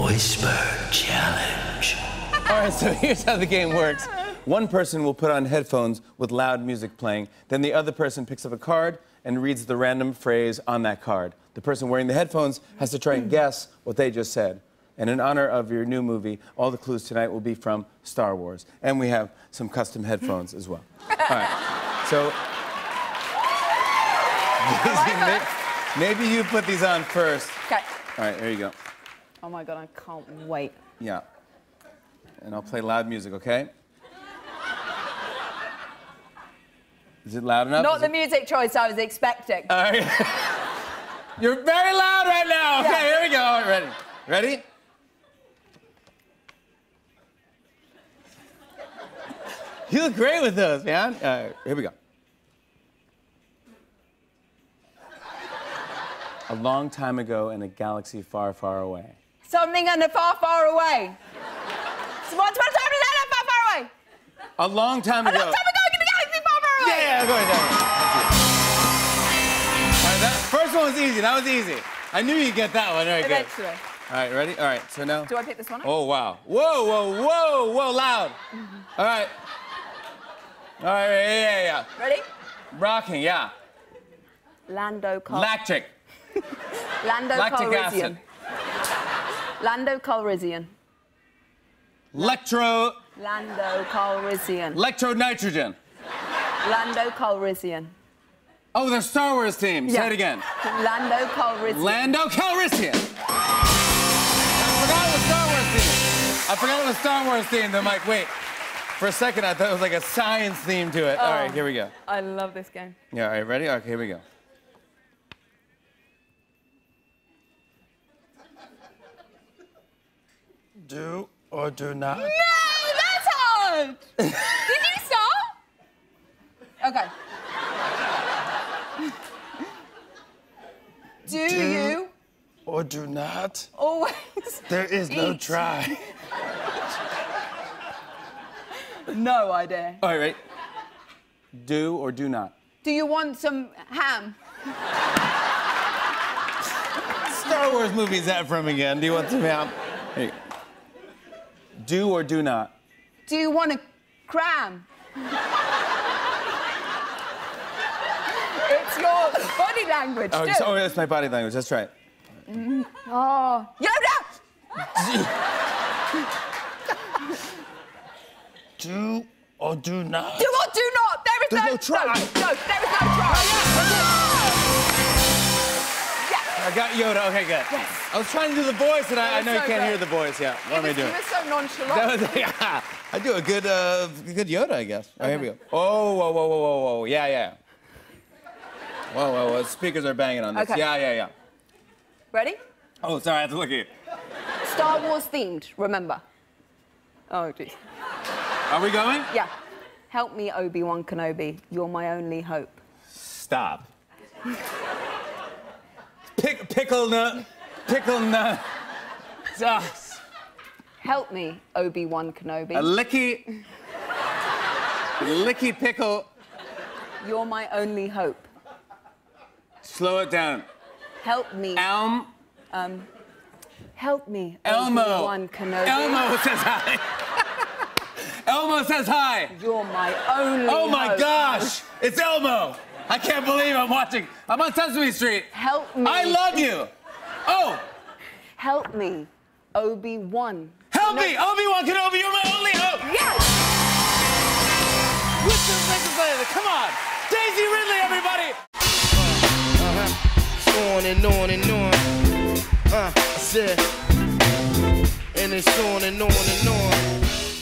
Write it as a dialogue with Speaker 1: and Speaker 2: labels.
Speaker 1: Whisper Challenge.
Speaker 2: All right, so here's how the game works. One person will put on headphones with loud music playing. Then the other person picks up a card and reads the random phrase on that card. The person wearing the headphones has to try and guess what they just said. And in honor of your new movie, all the clues tonight will be from Star Wars. And we have some custom headphones as well. All right. So may- maybe you put these on first.
Speaker 3: Okay.
Speaker 2: All right, there you go.
Speaker 3: Oh my god, I can't wait.
Speaker 2: Yeah. And I'll play loud music, okay? Is it loud enough?
Speaker 3: Not
Speaker 2: Is
Speaker 3: the
Speaker 2: it-
Speaker 3: music choice I was expecting.
Speaker 2: All right. You're very loud right now. Okay, here
Speaker 3: Yeah.
Speaker 2: we go. All right, ready? Ready? You look great with those, man. Uh, here we go. A long time ago in a galaxy far, far away.
Speaker 3: Something in the far, far away. So Once upon a time in the far, far away. Oh,
Speaker 2: A long time
Speaker 3: A
Speaker 2: ago.
Speaker 3: long time ago in the galaxy, far, far away.
Speaker 2: Yeah, yeah, go ahead. That one. That's it. All right, that first one was easy. That was easy. I knew you'd get that one. All right, good.
Speaker 3: Eventually.
Speaker 2: All right, ready? All right, so now.
Speaker 3: Do I pick this one up?
Speaker 2: Oh, wow. Whoa, whoa, whoa, whoa, loud. All right. All right, yeah, yeah,
Speaker 3: Ready?
Speaker 2: yeah. Rocking, yeah.
Speaker 3: Lando Col-
Speaker 2: Lactic.
Speaker 3: Lando
Speaker 2: Lactic
Speaker 3: Calrissian.
Speaker 2: acid.
Speaker 3: Lando Calrissian.
Speaker 2: Electro.
Speaker 3: Lando Calrissian.
Speaker 2: Electronitrogen.
Speaker 3: Lando Calrissian.
Speaker 2: Oh, they're Star Wars team. Say it again.
Speaker 3: Lando Calrissian.
Speaker 2: Lando Calrissian. I forgot it was Star Wars theme. I forgot it was Star Wars theme. Then I'm like, wait. For a second, I thought it was like a science theme to it. All right,
Speaker 3: Oh.
Speaker 2: here we go.
Speaker 3: I love this game.
Speaker 2: Yeah, all right, ready? Okay, here we go.
Speaker 1: Do or do not.
Speaker 3: No, that's hard. Did you stop? Okay. Do, you
Speaker 1: Or do not.
Speaker 3: always?
Speaker 1: There is no
Speaker 3: Eat.
Speaker 1: try.
Speaker 3: No idea.
Speaker 2: All right, ready? Do or do not.
Speaker 3: Do you want some ham?
Speaker 2: Star Wars movie is that from again? Do you want to help? Here you go. Do or do not.
Speaker 3: Do you want a cram? it's your body language.
Speaker 2: Oh,
Speaker 3: do.
Speaker 2: so- oh, that's my body language. That's right.
Speaker 3: Oh. Yoda!
Speaker 1: Do or do not.
Speaker 3: Do or do not. There is
Speaker 2: There's
Speaker 3: no,
Speaker 2: no try.
Speaker 3: No, there is no try.
Speaker 2: I
Speaker 3: Yeah.
Speaker 2: got Yoda. Okay, good.
Speaker 3: Yes.
Speaker 2: I was trying to do the voice, and I, I
Speaker 3: That was
Speaker 2: know you
Speaker 3: so
Speaker 2: can't
Speaker 3: good.
Speaker 2: hear the voice. Yeah. What am I
Speaker 3: Because
Speaker 2: doing?
Speaker 3: You were so nonchalant.
Speaker 2: That was, yeah. I do a good, uh, good Yoda, I guess. All right, here we go. Oh, whoa, whoa, whoa, whoa, whoa. Yeah, yeah. Whoa, whoa, whoa. Speakers are banging on this.
Speaker 3: Okay.
Speaker 2: Yeah, yeah, yeah.
Speaker 3: Ready?
Speaker 2: Oh, sorry, I have to look at you.
Speaker 3: Star Wars themed, remember. Oh, geez.
Speaker 2: Are we going?
Speaker 3: Yeah. Help me, Obi Wan Kenobi. You're my only hope.
Speaker 2: Stop. Pick, pickle nut. Pickle nut. Sus.
Speaker 3: Help me, Obi Wan Kenobi.
Speaker 2: A licky. licky pickle.
Speaker 3: You're my only hope.
Speaker 2: Slow it down.
Speaker 3: Help me. um,
Speaker 2: Elm.
Speaker 3: Help me,
Speaker 2: Elmo.
Speaker 3: Obi Wan Kenobi.
Speaker 2: Elmo says hi. Elmo says hi.
Speaker 3: You're my only
Speaker 2: Oh my
Speaker 3: hope.
Speaker 2: gosh. It's Elmo. I can't believe I'm watching. I'm on Sesame Street.
Speaker 3: Help me.
Speaker 2: I love you. Oh,
Speaker 3: Help me, Obi Wan.
Speaker 2: help me. Obi-Wan Kenobi, you're my only hope.
Speaker 3: Yes!
Speaker 2: What's this legislator? Come on. Daisy Ridley, everybody.
Speaker 4: Uh-huh. on and on and on. Uh, yeah. And it's on and on and on.